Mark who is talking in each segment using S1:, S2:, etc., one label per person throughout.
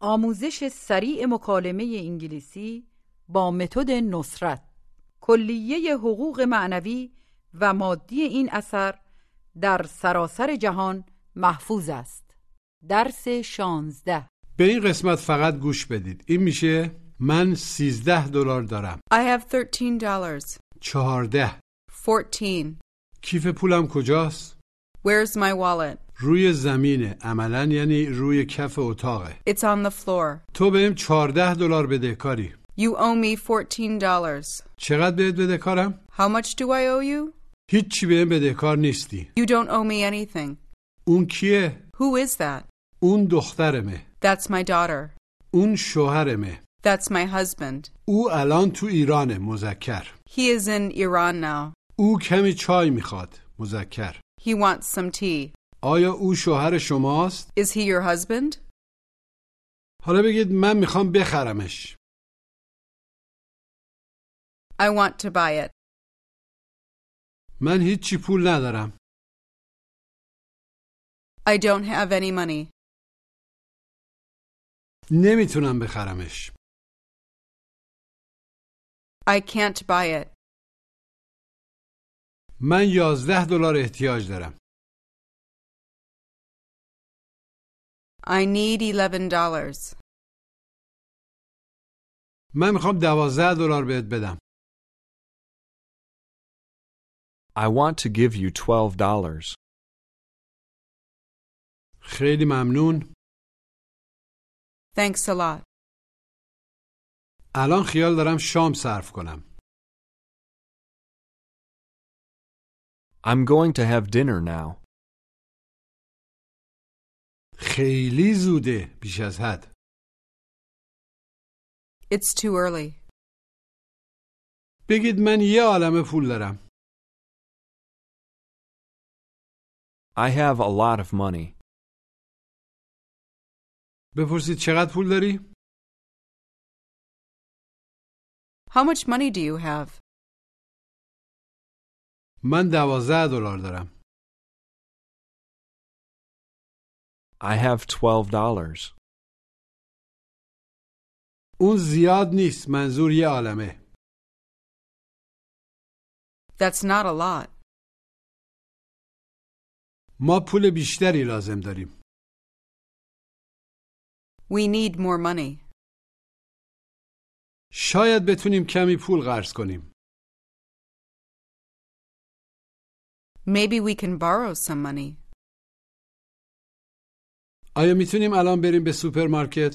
S1: آموزش سریع مکالمه انگلیسی با متد نصرت کلیه حقوق معنوی و مادی این اثر در سراسر جهان محفوظ است درس 16
S2: به این قسمت فقط گوش بدید این میشه من 13 دلار دارم
S3: I have $13.
S2: 14
S3: 14.
S2: کیف پولم کجاست
S3: Where's my wallet?
S2: روی زمینه عملا یعنی روی کف اتاقه
S3: It's on the floor.
S2: تو بهم 14 دلار بده کاری
S3: You owe me $14.
S2: چقدر بهت بدهکارم
S3: How much do I owe you?
S2: هیچی بهم بدهکار نیستی
S3: You don't owe me anything.
S2: اون کیه
S3: Who is that?
S2: اون دخترمه
S3: That's my daughter.
S2: اون شوهرمه
S3: That's my husband.
S2: او الان تو ایرانه مذکر
S3: He is in Iran now.
S2: او کمی چای میخواد مذکر
S3: He wants some tea.
S2: آیا او شوهر شماست
S3: Is he your husband?
S2: حالا بگید من میخوام بخرمش
S3: I want to buy it.
S2: من هیچی پول ندارم
S3: I don't have any money.
S2: نمیتونم بخرمش
S3: I can't buy it.
S2: من 11 دلار احتیاج دارم
S3: I need $11.
S2: من میخوام 12 دلار بهت بدم
S4: I want to give you $12.
S2: خیلی ممنون
S3: Thanks a lot.
S2: الان خیال دارم شام صرف کنم
S4: I'm going to have dinner now.
S2: خیلی زوده بیش از حد
S3: It's too early.
S2: بگید من یه عالم پول دارم
S4: I have a lot of money.
S2: بپرسید چقدر پول داری؟
S3: How much money do you have?
S2: من 12 دلار دارم
S4: I have $12.
S2: اون زیاد نیست منظور یه عالمه
S3: That's not a lot.
S2: ما پول بیشتری لازم داریم
S3: We need more money.
S2: شاید بتونیم کمی پول قرض کنیم
S3: Maybe we can borrow some money.
S2: آیا میتونیم الان بریم به سوپرمارکت؟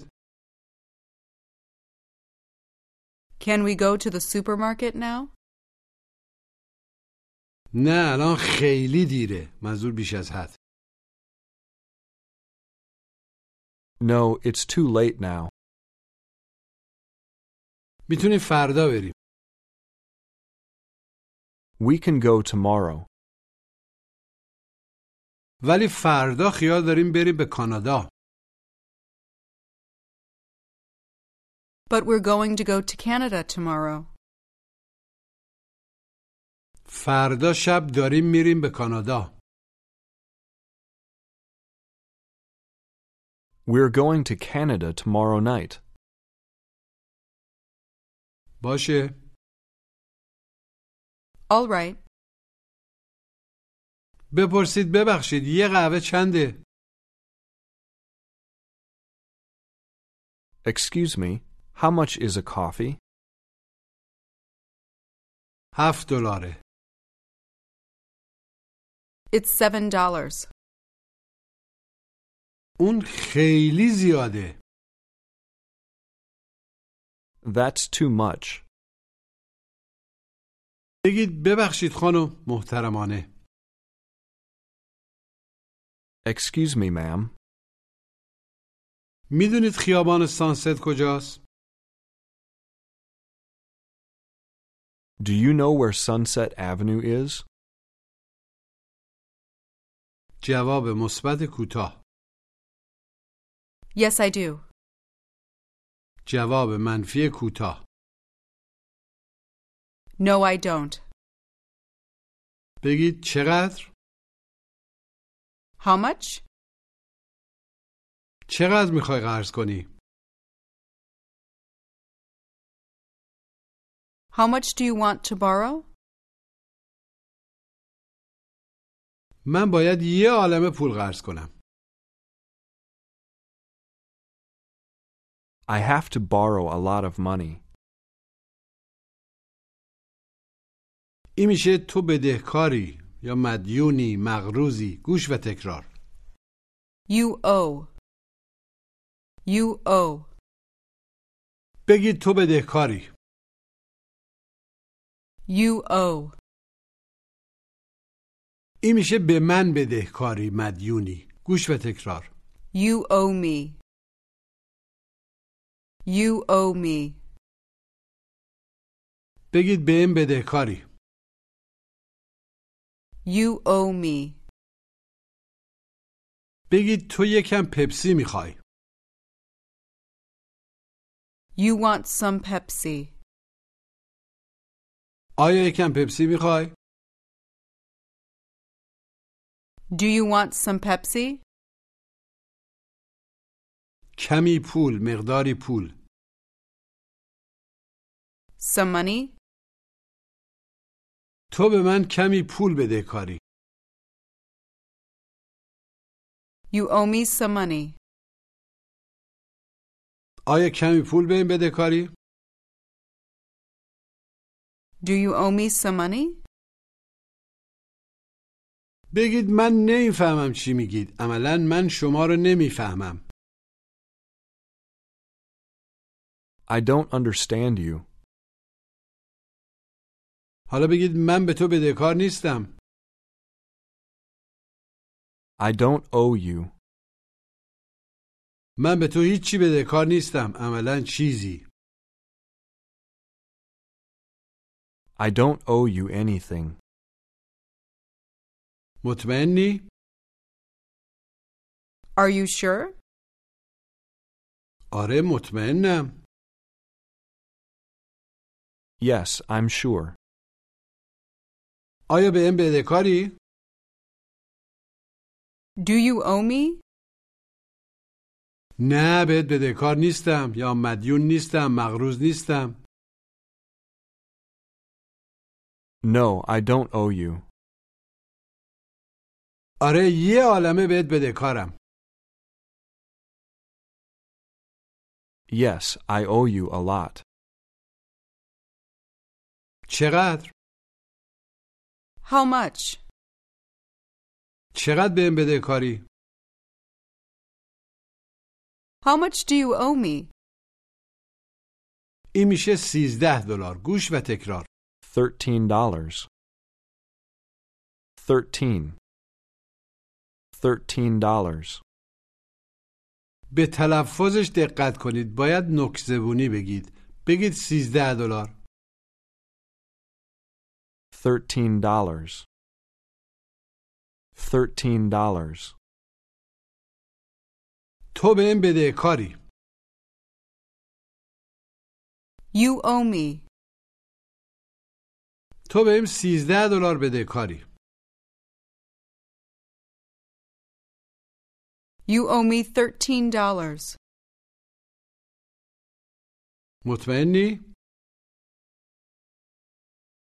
S3: Can we go to the supermarket now?
S2: نه الان خیلی دیره منظور بیش از حد
S4: No, it's too late now.
S2: میتونیم فردا بریم
S4: We can go tomorrow.
S2: ولی فردا خیال داریم بریم به کانادا
S3: But we're going to go to Canada tomorrow.
S2: فردا شب داریم میریم به کانادا
S4: We're going to Canada tomorrow night.
S2: باشه
S3: All right.
S2: بپرسید ببخشید یه قهوه چنده
S4: Excuse me, how much is a coffee?
S2: هفت دلاره
S3: It's $7.
S2: اون خیلی زیاده
S4: That's too much.
S2: بگید ببخشید خانم محترمانه
S4: Excuse me, ma'am.
S2: میدونید خیابان سانست کجاست؟
S4: Do you know where Sunset Avenue is?
S2: جواب مثبت کوتاه
S3: Yes, I do.
S2: جواب منفی کوتاه
S3: No, I don't.
S2: بگید چقدر؟
S3: How much?
S2: چقدر میخوای قرض کنی؟
S3: How much do you want to borrow?
S2: من باید یه عالم پول قرض کنم
S4: I have to borrow a lot of money.
S2: این میشه تو بدهکاری یا مدیونی مغروزی گوش و تکرار
S3: You owe. You owe.
S2: بگید تو بدهکاری
S3: You owe.
S2: این میشه به من بدهکاری مدیونی گوش و تکرار
S3: You owe me. You owe me.
S2: بگید به این بدهکاری
S3: You owe me.
S2: بگید تو یکم پپسی میخوای
S3: You want some Pepsi.
S2: آیا یکم پپسی میخوای؟
S3: Do you want some Pepsi?
S2: کمی پول مقداری پول
S3: Some money?
S2: تو به من کمی پول بدهکاری
S3: You owe me some money.
S2: آیا کمی پول به این بدهکاری؟
S3: Do you owe me some money?
S2: بگید من نمیفهمم چی میگید عملا من شما رو نمیفهمم
S4: I don't understand you.
S2: حالا بگید من به تو بدهکار نیستم
S4: I don't owe you.
S2: من به تو هیچی بدهکار نیستم عملا چیزی
S4: I don't owe you anything.
S2: مطمئنی؟
S3: Are you sure?
S2: آره مطمئنم
S4: Yes, I'm sure.
S2: آیا به این بدهکاری؟
S3: Do you owe me?
S2: نه بهت بدهکار نیستم یا مدیون نیستم مغروز نیستم
S4: No, I don't owe you.
S2: آره یه عالمه بهت بدهکارم
S4: Yes, I owe you a lot.
S2: چقدر؟
S3: How much?
S2: چقدر به این بدهکاری؟
S3: How much do you owe me?
S2: این میشه 13 دلار گوش و تکرار
S4: Thirteen dollars. Thirteen. Thirteen dollars.
S2: به تلفظش دقت کنید باید نکزبونی بگید بگید 13 دلار
S4: Thirteen dollars. Thirteen dollars.
S2: تو به این بدهکاری
S3: You owe me.
S2: تو به این 13 دلار بدهکاری
S3: You owe me thirteen dollars.
S2: مطمئنی؟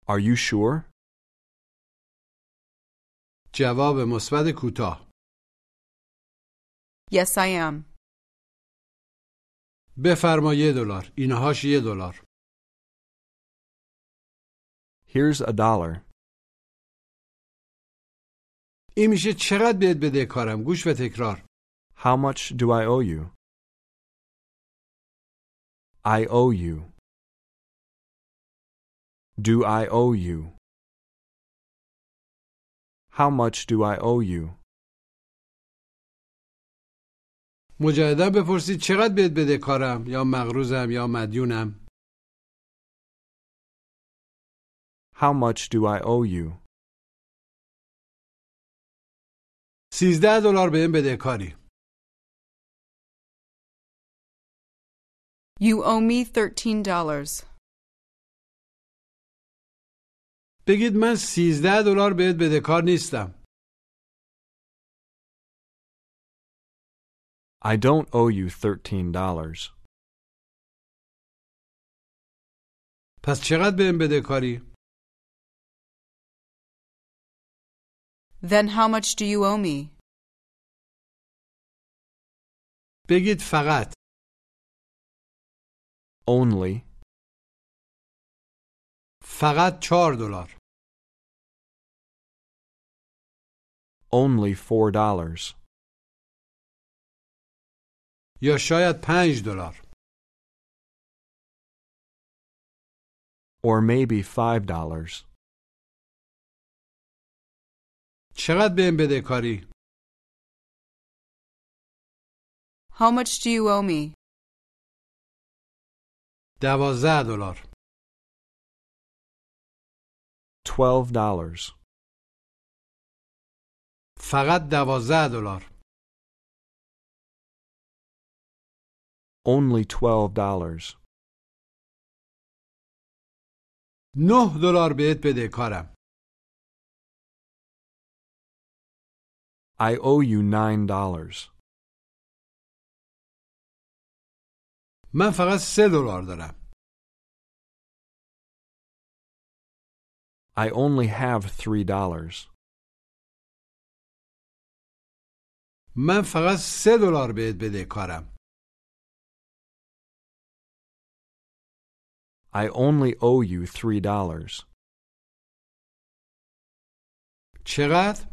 S4: Are you sure?
S2: جواب مثبت کوتاه
S3: Yes, I am.
S2: بفرما یه دلار اینهاش یه دلار
S4: Here's a dollar.
S2: این میشه چقدر بهت بدهکارم گوش و تکرار
S4: How much do I owe you? I owe you. Do I owe you? How much do I owe you?
S2: مجددا بپرسید چقدر بهت بدهکارم یا مغروزم یا مدیونم
S4: How much do I owe you?
S2: 13 دلار به این بدهکاری
S3: You owe me thirteen dollars.
S2: بگید من 13 دلار بهت بدهکار نیستم
S4: I don't owe you thirteen dollars.
S2: پس چقدر به این بدهکاری؟
S3: Then how much do you owe me?
S2: بگید فقط
S4: Only
S2: فقط 4 دلار
S4: only four dollars.
S2: یا شاید 5 دلار
S4: Or maybe five dollars.
S2: چقدر به این بدهکاری؟
S3: How much do you owe me?
S2: 12 دلار
S4: Twelve dollars.
S2: فقط 12 دلار
S4: Only twelve dollars.
S2: 9 دلار بهت بدهکارم
S4: I owe you nine dollars.
S2: من فقط 3 دلار دارم
S4: I only have three dollars.
S2: من فقط 3 دلار بهت بدهکارم
S4: I only owe you three dollars.
S2: چقدر؟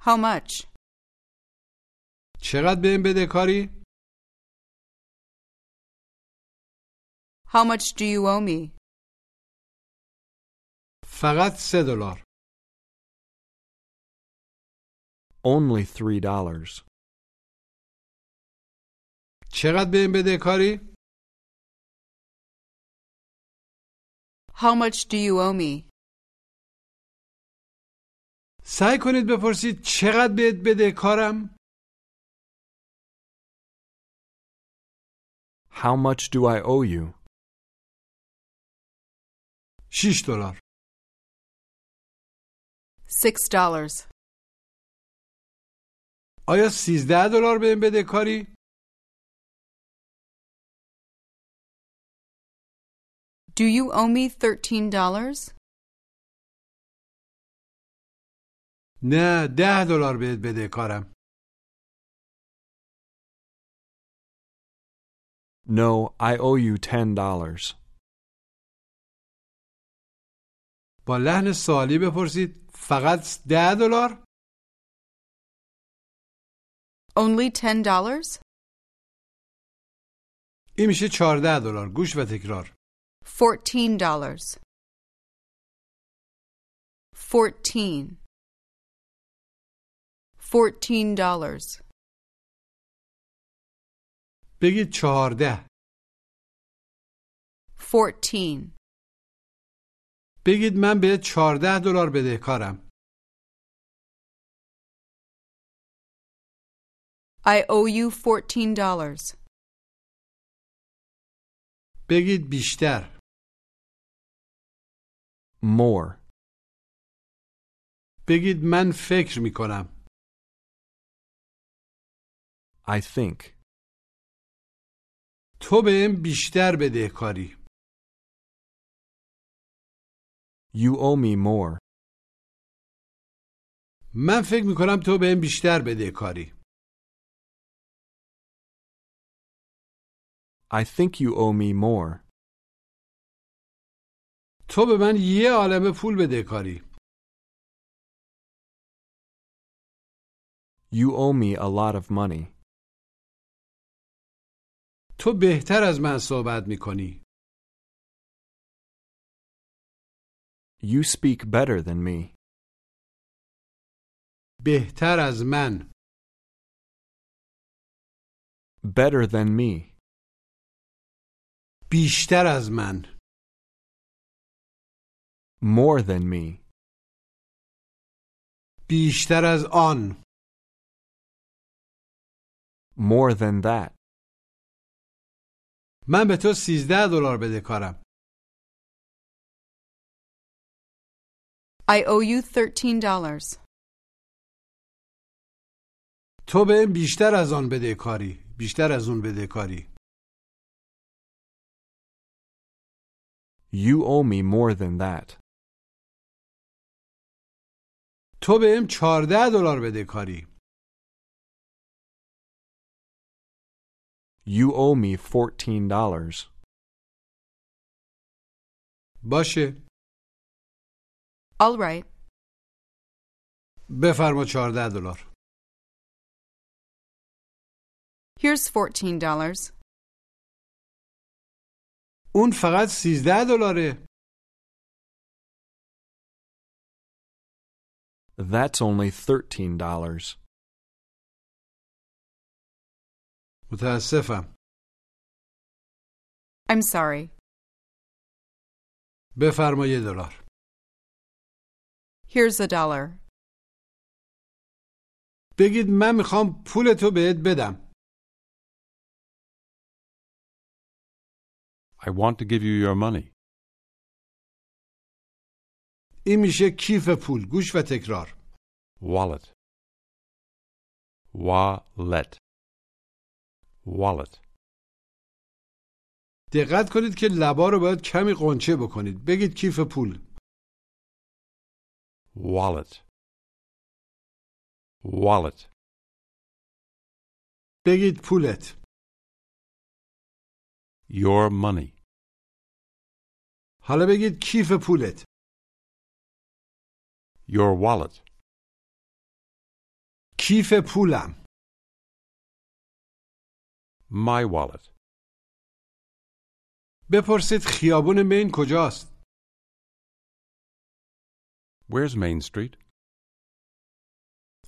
S3: How much?
S2: چقدر به این بدهکاری؟
S3: How much do you owe me?
S2: فقط 3 دلار
S4: Only three dollars.
S2: چقدر به این بدهکاری؟
S3: How much do you owe me?
S2: سعی کنید بپرسید چقدر بهت بدهکارم؟
S4: How much do I owe you?
S2: 6 دلار
S3: Six dollars.
S2: آیا 13 دلار به این بدهکاری؟
S3: Do you owe me thirteen dollars?
S2: نه 10 دلار بهت بدهکارم
S4: No, I owe you ten dollars.
S2: با لحن سوالی بپرسید فقط 10 دلار؟
S3: Only ten dollars?
S2: این میشه 14 دلار گوش و تکرار
S3: Fourteen dollars. Fourteen. Fourteen dollars.
S2: بگید 14
S3: Fourteen.
S2: بگید من بهت 14 دلار بدهکارم
S3: I owe you $14.
S2: بگید بیشتر
S4: More.
S2: بگید من فکر می کنم
S4: I think.
S2: تو بهم بیشتر بدهکاری
S4: You owe me more.
S2: من فکر می کنم تو بهم بیشتر بدهکاری
S4: I think you owe me more.
S2: تو به من یه عالم پول بدهکاری
S4: You owe me a lot of money.
S2: تو بهتر از من صحبت می کنی
S4: You speak better than me.
S2: بهتر از من
S4: Better than me.
S2: بیشتر از من
S4: More than me.
S2: بیشتر از آن
S4: More than that.
S2: من به تو 13 دلار بدهکارم
S3: I owe you $13.
S2: تو بهم بیشتر از آن بدهکاری بیشتر از اون بدهکاری
S4: You owe me more than that.
S2: تو بهم 14 دلار بدهکاری
S4: You owe me $14.
S2: باشه
S3: All right.
S2: بفرما 14 دلار
S3: Here's $14.
S2: اون فقط 13 دلاره
S4: That's only $13.
S2: متاسفم
S3: I'm sorry.
S2: بفرما یه دلار
S3: Here's a dollar.
S2: بگید من میخوام پول تو بهت بدم
S5: I want to give you your money.
S2: این میشه کیف پول گوش و تکرار
S5: Wallet. Wallet. Wallet.
S2: دقت کنید که لبا رو باید کمی قنچه بکنید بگید کیف پول
S5: Wallet. Wallet.
S2: بگید پولت
S5: Your money.
S2: حالا بگید کیف پولت
S5: Your wallet.
S2: کیف پولم
S5: My wallet.
S2: بپرسید خیابون مین کجاست
S5: Where's Main Street?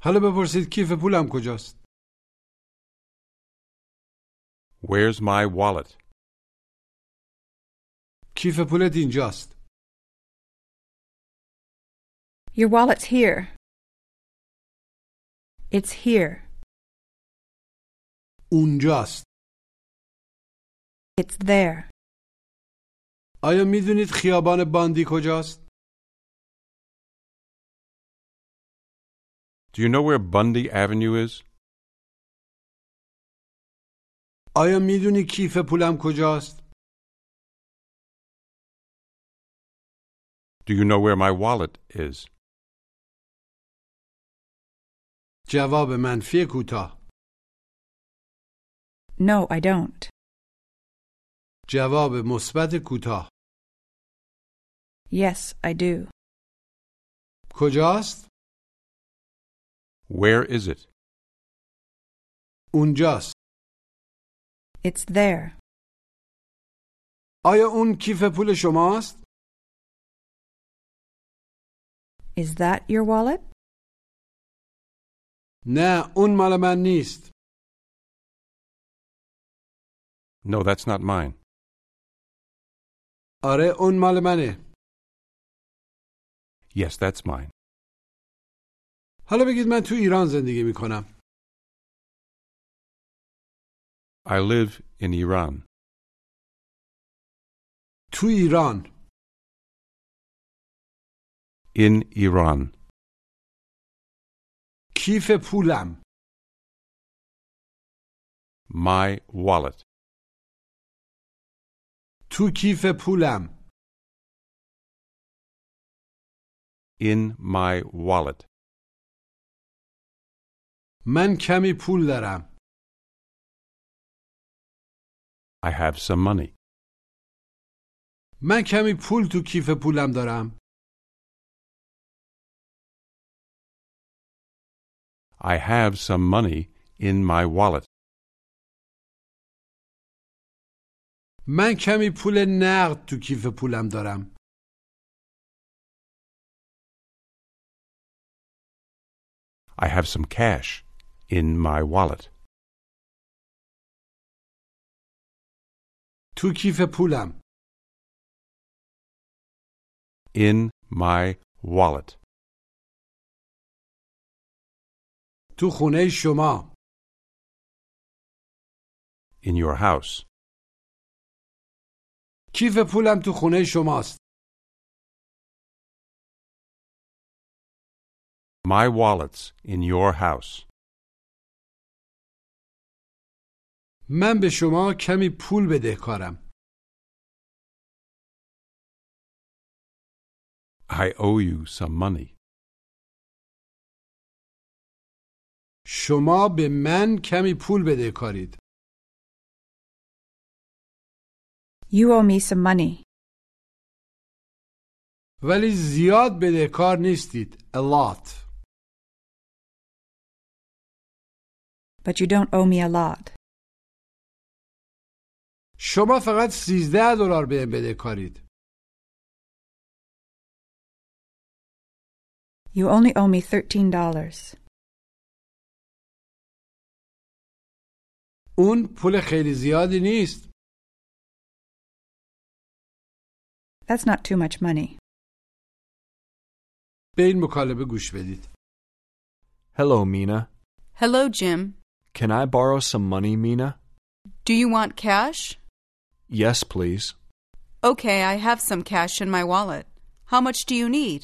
S2: حالا بپرسید کیف پولم کجاست
S5: Where's my wallet?
S2: کیف پولت اینجاست
S6: Your wallet's here. It's here.
S2: اونجاست
S6: It's there.
S2: آیا میدونید خیابان باندی کجاست
S5: Do you know where Bundy Avenue is?
S2: آیا میدونی کیف پولم کجاست
S5: Do you know where my wallet is?
S2: جواب منفی کوتاه
S6: No, I don't.
S2: جواب مثبت کوتاه
S6: Yes, I do.
S2: کجاست
S5: Where is it?
S2: اونجاست
S6: It's there.
S2: آیا اون کیف پول شماست
S6: Is that your wallet?
S2: نه اون مال من نیست
S5: No, that's not mine.
S2: آره اون مال منه
S5: Yes, that's mine.
S2: حالا بگید من تو ایران زندگی میکنم
S5: I live in Iran.
S2: تو ایران
S5: In Iran.
S2: کیف پولم
S5: My wallet.
S2: تو کیف پولم
S5: In my wallet.
S2: من کمی پول دارم
S5: I have some money.
S2: من کمی پول تو کیف پولم دارم
S5: I have some money in my wallet.
S2: من کمی پول نقد تو کیف پولم دارم
S5: I have some cash in my wallet.
S2: تو کیف پولم
S5: In my wallet.
S2: تو خونه شما
S5: In your house.
S2: کیف پولم تو خونه شماست
S5: My wallet's in your house.
S2: من به شما کمی پول بدهکارم
S5: I owe you some money.
S2: شما به من کمی پول بدهکارید
S6: You owe me some money,
S2: ولی زیاد بدهکار نیستید a lot
S6: but you don't owe me a lot.
S2: شما فقط 13 دلار بهم بدهکارید
S6: You only owe me $13.
S2: اون پول خیلی زیادی نیست
S6: That's not too much money.
S2: به این مکالمه گوش بدید
S4: Hello, Mina.
S3: Hello, Jim.
S4: Can I borrow some money, Mina?
S3: Do you want cash?
S4: Yes, please.
S3: Okay, I have some cash in my wallet. How much do you need?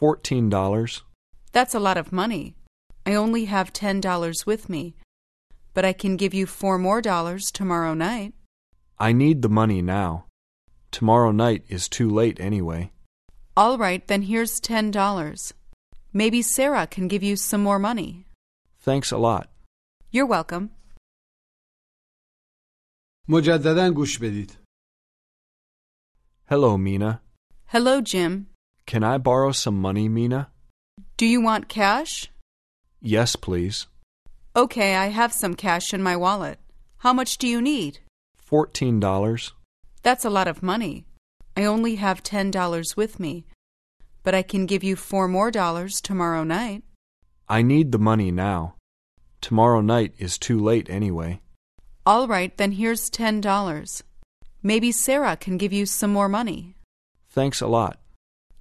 S4: Fourteen dollars.
S3: That's a lot of money. I only have ten dollars with me. But I can give you four more dollars tomorrow night.
S4: I need the money now. Tomorrow night is too late anyway.
S3: All right, then here's ten dollars. Maybe Sarah can give you some more money.
S4: Thanks a lot.
S3: You're welcome.
S2: مجددا گوش بدید
S4: Hello, Mina.
S3: Hello, Jim.
S4: Can I borrow some money, Mina?
S3: Do you want cash?
S4: Yes, please.
S3: Okay, I have some cash in my wallet. How much do you need?
S4: Fourteen dollars.
S3: That's a lot of money. I only have ten dollars with me. But I can give you four more dollars tomorrow night.
S4: I need the money now. Tomorrow night is too late anyway.
S3: All right, then here's ten dollars. Maybe Sarah can give you some more money.
S4: Thanks a lot.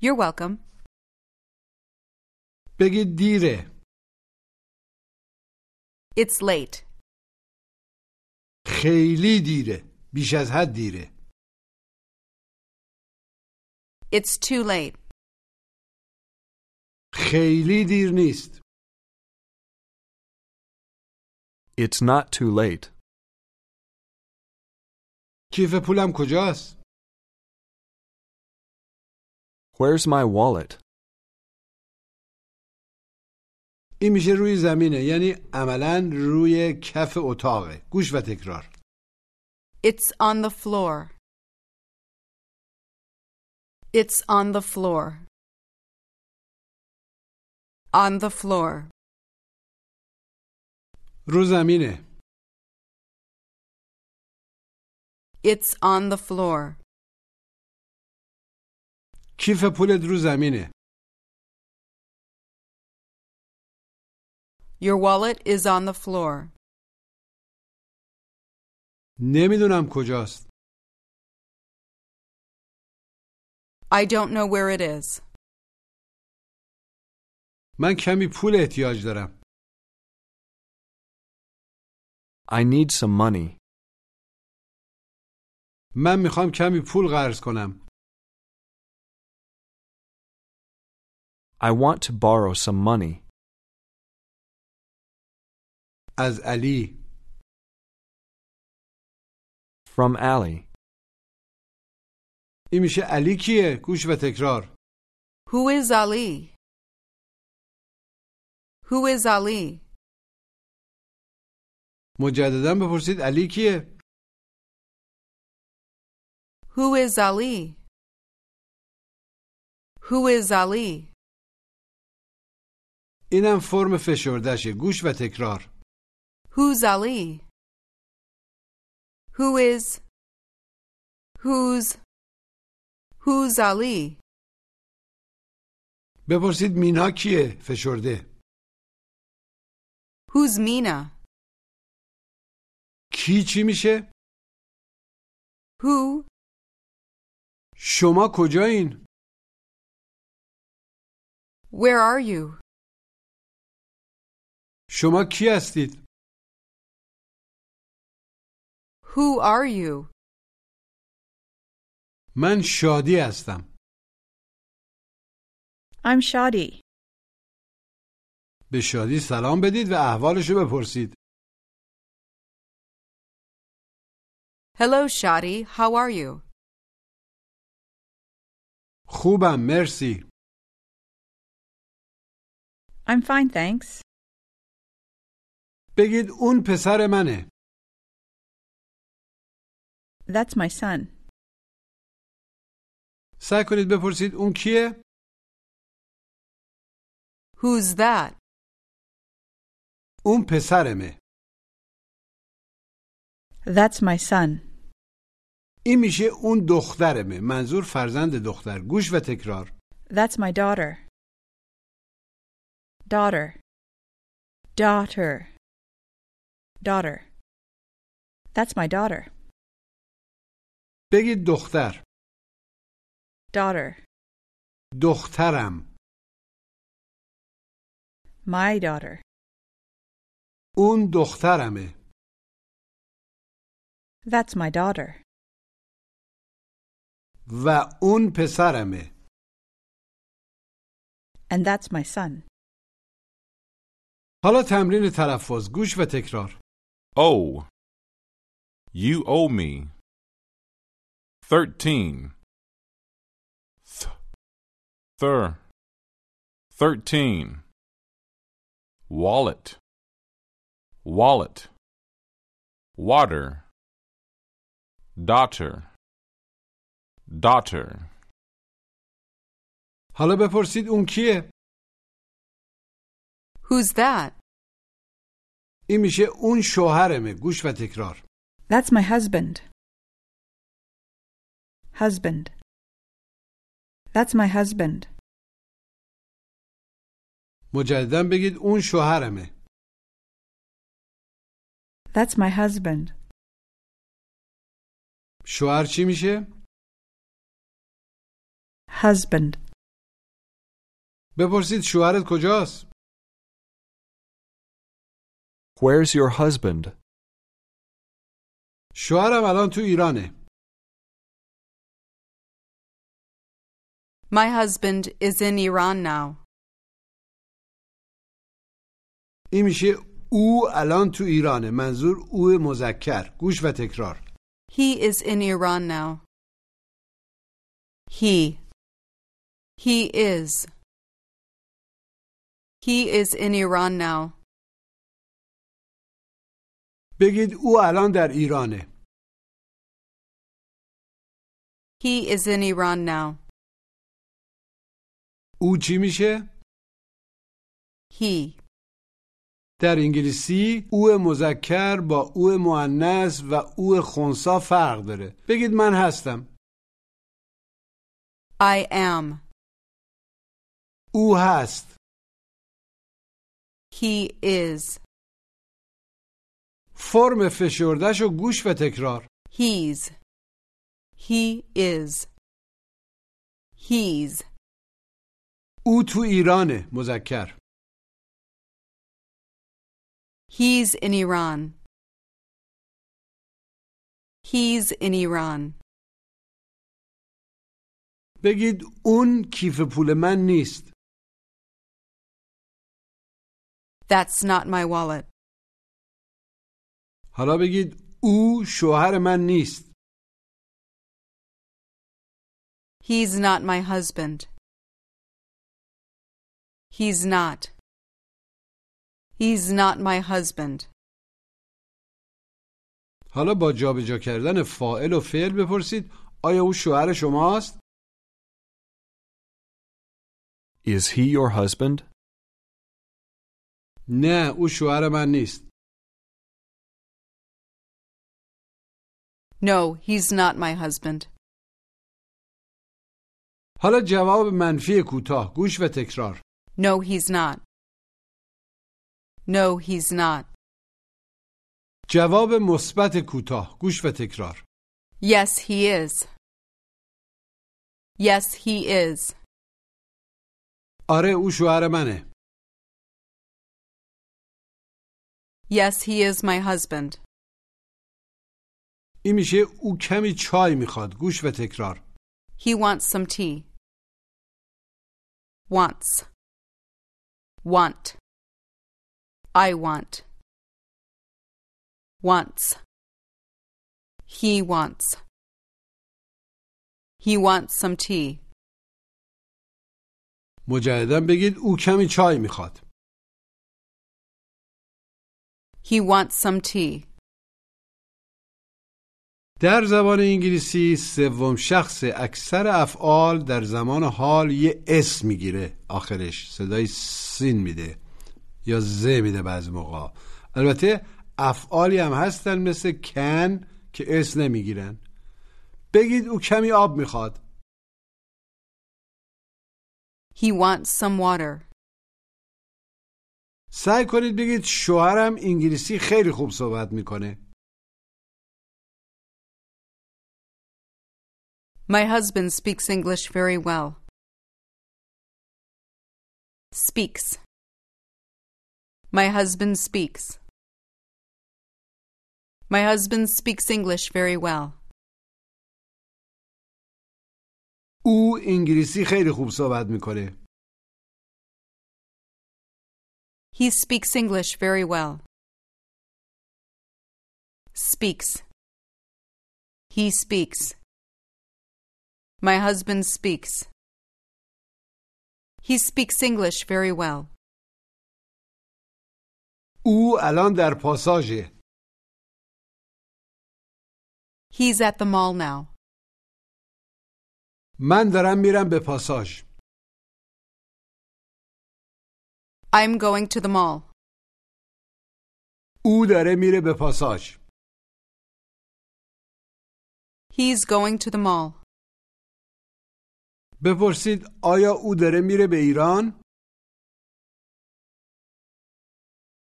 S3: You're welcome.
S2: بگید دیره
S3: It's late.
S2: خیلی دیره بیش از حد دیره
S3: It's too late.
S2: خیلی دیر نیست
S4: It's not too late.
S2: کیف پولم کجاست
S4: Where's my wallet?
S2: این میشه روی زمینه یعنی عملا روی کف اتاقه گوش و تکرار
S3: It's on the floor. It's on the floor. On the floor.
S2: رو زمینه
S3: It's on the floor.
S2: کیف پولت رو زمینه
S3: Your wallet is on the floor.
S2: نمیدونم کجاست
S3: I don't know where it is.
S2: من کمی پول احتیاج دارم
S4: I need some money.
S2: من میخوام کمی پول قرض کنم.
S4: I want to borrow some money
S2: از علی.
S4: from Allie.
S2: این میشه علی کیه؟ گوش و تکرار.
S3: Who is Ali? Who is Ali?
S2: مجددا بپرسید علی کیه؟
S3: Who is Ali? Who is Ali?
S2: اینم فرم فشردشه. گوش و تکرار.
S3: Who's Ali? Who is? Who's? Who's Ali?
S2: بپرسید مینا کیه؟ فشرده.
S3: Who's Mina?
S2: کی چی میشه؟
S3: Who?
S2: شما کجایین؟
S3: Where are you?
S2: شما کی هستید؟
S3: Who are you?
S2: من شادی هستم.
S6: I'm Shadi.
S2: به شادی سلام بدید و احوالشو بپرسید.
S3: Hello, Shadi. How are you?
S2: خوبم مرسی.
S6: I'm fine, thanks.
S2: بگید اون پسر منه.
S6: That's my son.
S2: سعی کنید بپرسید اون کیه؟
S3: Who's that?
S2: اون پسرمه.
S6: That's my son.
S2: این میشه اون دخترمه. منظور فرزند دختر. گوش و تکرار.
S6: That's my daughter. Daughter. Daughter. Daughter. That's my daughter.
S2: بگید دختر.
S6: Daughter.
S2: دخترم.
S6: My daughter.
S2: اون دخترمه.
S6: That's my daughter.
S2: و اون پسرمه.
S6: And that's my son.
S2: حالا تمرین تلفظ. گوش و تکرار.
S7: Oh. You owe me. 13. Th. Thir. 13. Wallet. Wallet. Water. Daughter. Daughter.
S2: حالا بپرسید اون کیه؟
S3: Who's that?
S2: این میشه اون شوهرمه. گوش و تکرار.
S6: That's my husband. Husband. That's my husband.
S2: مجددا بگید اون شوهرمه.
S6: That's my husband.
S2: شوهر چی میشه؟
S6: Husband.
S2: بپرسید شوهرت کجاست؟
S4: Where's your husband?
S2: شوهرم الان تو ایرانه.
S3: My husband is in Iran now.
S2: این میشه او الان تو ایرانه منظور او مذکر گوش و تکرار
S3: He is in Iran now. He. He is. He is in Iran now.
S2: بگید او الان در ایرانه
S3: He is in Iran now.
S2: او چی میشه
S3: He.
S2: در انگلیسی او مذکر با او مؤنث و او خونسا فرق داره بگید من هستم
S3: I am.
S2: او هست
S3: He is.
S2: فرم فشردش و گوش و تکرار
S3: He's. He is. He's.
S2: او تو ایرانه مذکر
S3: He's in Iran. He's in Iran.
S2: بگید اون کیف پول من نیست.
S3: That's not my wallet.
S2: حالا بگید او شوهر من نیست.
S3: He's not my husband. He's not. He's not my husband.
S2: حالا با جابجا کردن فاعل و فعل بپرسید آیا او شوهر شماست؟
S4: Is he your husband?
S2: نه او شوهر من نیست.
S3: No, he's not my husband.
S2: حالا جواب منفی کوتاه گوش و تکرار
S3: No, he's not. No, he's not.
S2: جواب مثبت کوتاه گوش و تکرار
S3: Yes, he is. Yes, he is.
S2: آره او شوهر منه
S3: Yes, he is my husband.
S2: این میشه او کمی چای میخواد گوش و تکرار
S3: He wants some tea. Wants. Want. I want. Wants. He wants. He wants some tea.
S2: مجددا بگید او کمی چای میخواد
S3: He wants some tea.
S2: در زبان انگلیسی سوم شخص اکثر افعال در زمان حال یه اس میگیره آخرش صدای سین میده یا ز میده بعضی موقع البته افعالی هم هستن مثل کن که اس نمیگیرن بگید او کمی آب میخواد
S3: He wants some water.
S2: سعی کنید بگید شوهرم انگلیسی خیلی خوب صحبت میکنه
S3: My husband speaks English very well. Speaks. My husband speaks. My husband speaks English very well.
S2: او انگلیسی خیلی خوب صحبت میکنه
S3: He speaks English very well. Speaks. He speaks. My husband speaks. He speaks English very well.
S2: او الان در پاساژه
S3: He's at the mall now.
S2: من دارم میرم به پاساژ
S3: I'm going to the mall.
S2: او داره میره به پاساژ
S3: He's going to the mall.
S2: بپرسید آیا او داره میره به ایران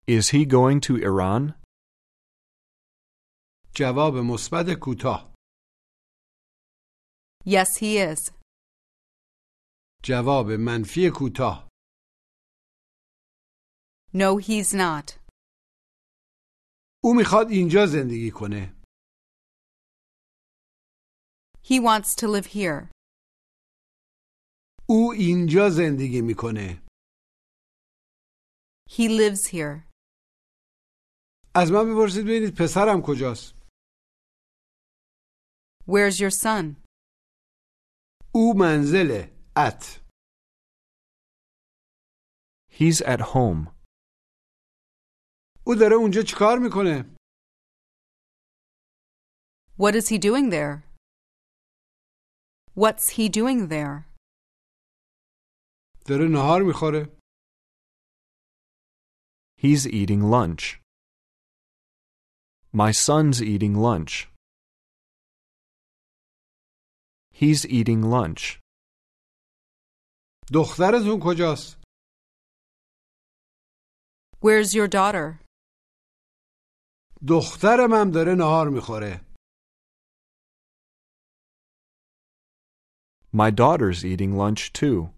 S4: Is he going to Iran?
S2: جواب مثبت کوتاه
S3: Yes, he is.
S2: جواب منفی کوتاه
S3: No, he's not.
S2: او میخواد اینجا زندگی کنه
S3: He wants to live here.
S2: او اینجا زندگی میکنه
S3: He lives here.
S2: از من بپرسید ببینید پسرم کجاست
S3: Where's your son?
S2: او منزله ات
S4: He's at home.
S2: او داره اونجا چیکار میکنه
S3: What is he doing there? What's he doing there?
S2: داره نهار میخوره
S4: He's eating lunch. My son's eating lunch. He's eating lunch.
S2: دخترتون کجاست
S3: Where's your daughter?
S2: دخترم هم داره نهار میخوره
S4: My daughter's eating lunch too.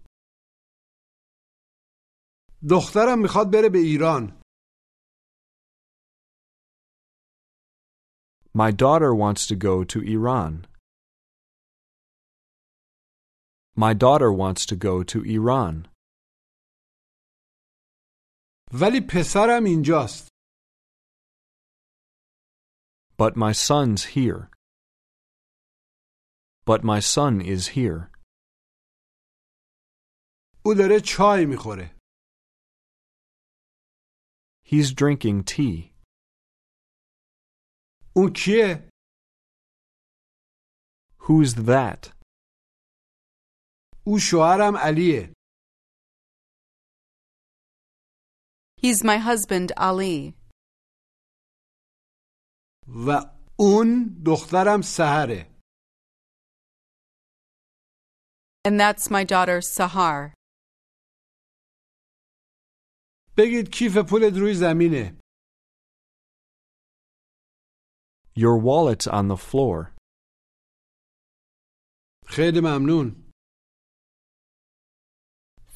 S2: دخترم میخواد بره به ایران
S4: My daughter wants to go to Iran. My daughter wants to go to Iran.
S2: ولی پسرم اینجاست
S4: But my son's here. But my son is here.
S2: او داره چای میخوره
S4: He's drinking tea.
S2: اون کیه؟
S4: Who's that?
S2: او شوهرم علیه
S3: He's my husband, Ali.
S2: و اون دخترم سهره
S3: And that's my daughter, Sahar.
S2: بگید کیف پولت روی زمینه
S4: Your wallet's on the floor.
S2: خیلی ممنون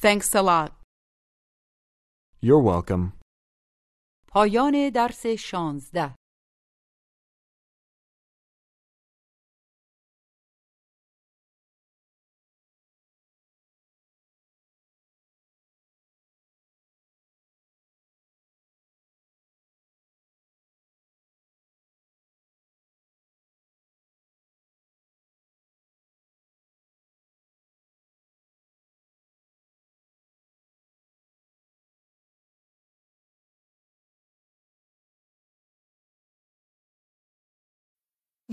S3: Thanks a lot.
S4: You're welcome.
S1: پایان درس 16